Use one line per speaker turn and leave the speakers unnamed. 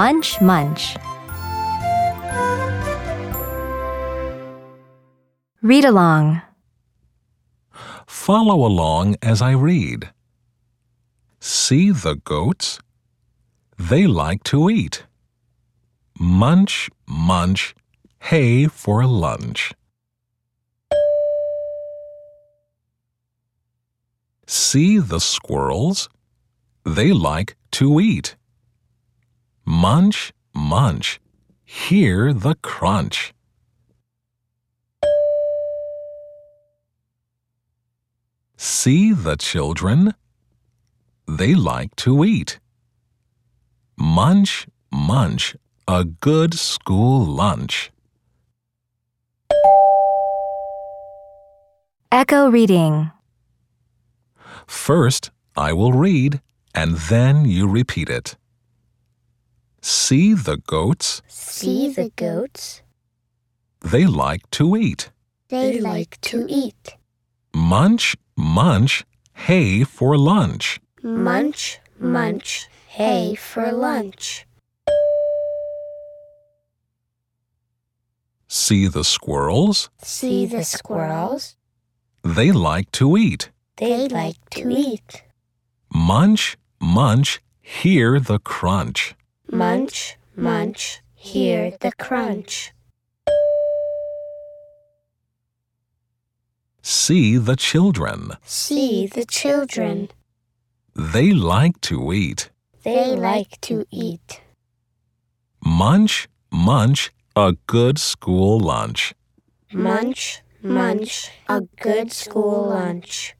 Munch Munch. Read along.
Follow along as I read. See the goats? They like to eat. Munch, munch, hay for lunch. See the squirrels? They like to eat. Munch, munch, hear the crunch. See the children? They like to eat. Munch, munch, a good school lunch.
Echo reading.
First, I will read, and then you repeat it. See the goats?
See the goats?
They like to eat.
They like to eat.
Munch, munch, hay for lunch.
Munch, munch, hay for lunch.
See the squirrels?
See the squirrels?
They like to eat.
They like to eat.
Munch, munch, hear the crunch.
Munch, munch, hear the crunch.
See the children.
See the children.
They like to eat.
They like to eat.
Munch, munch, a good school lunch.
Munch, munch, a good school lunch.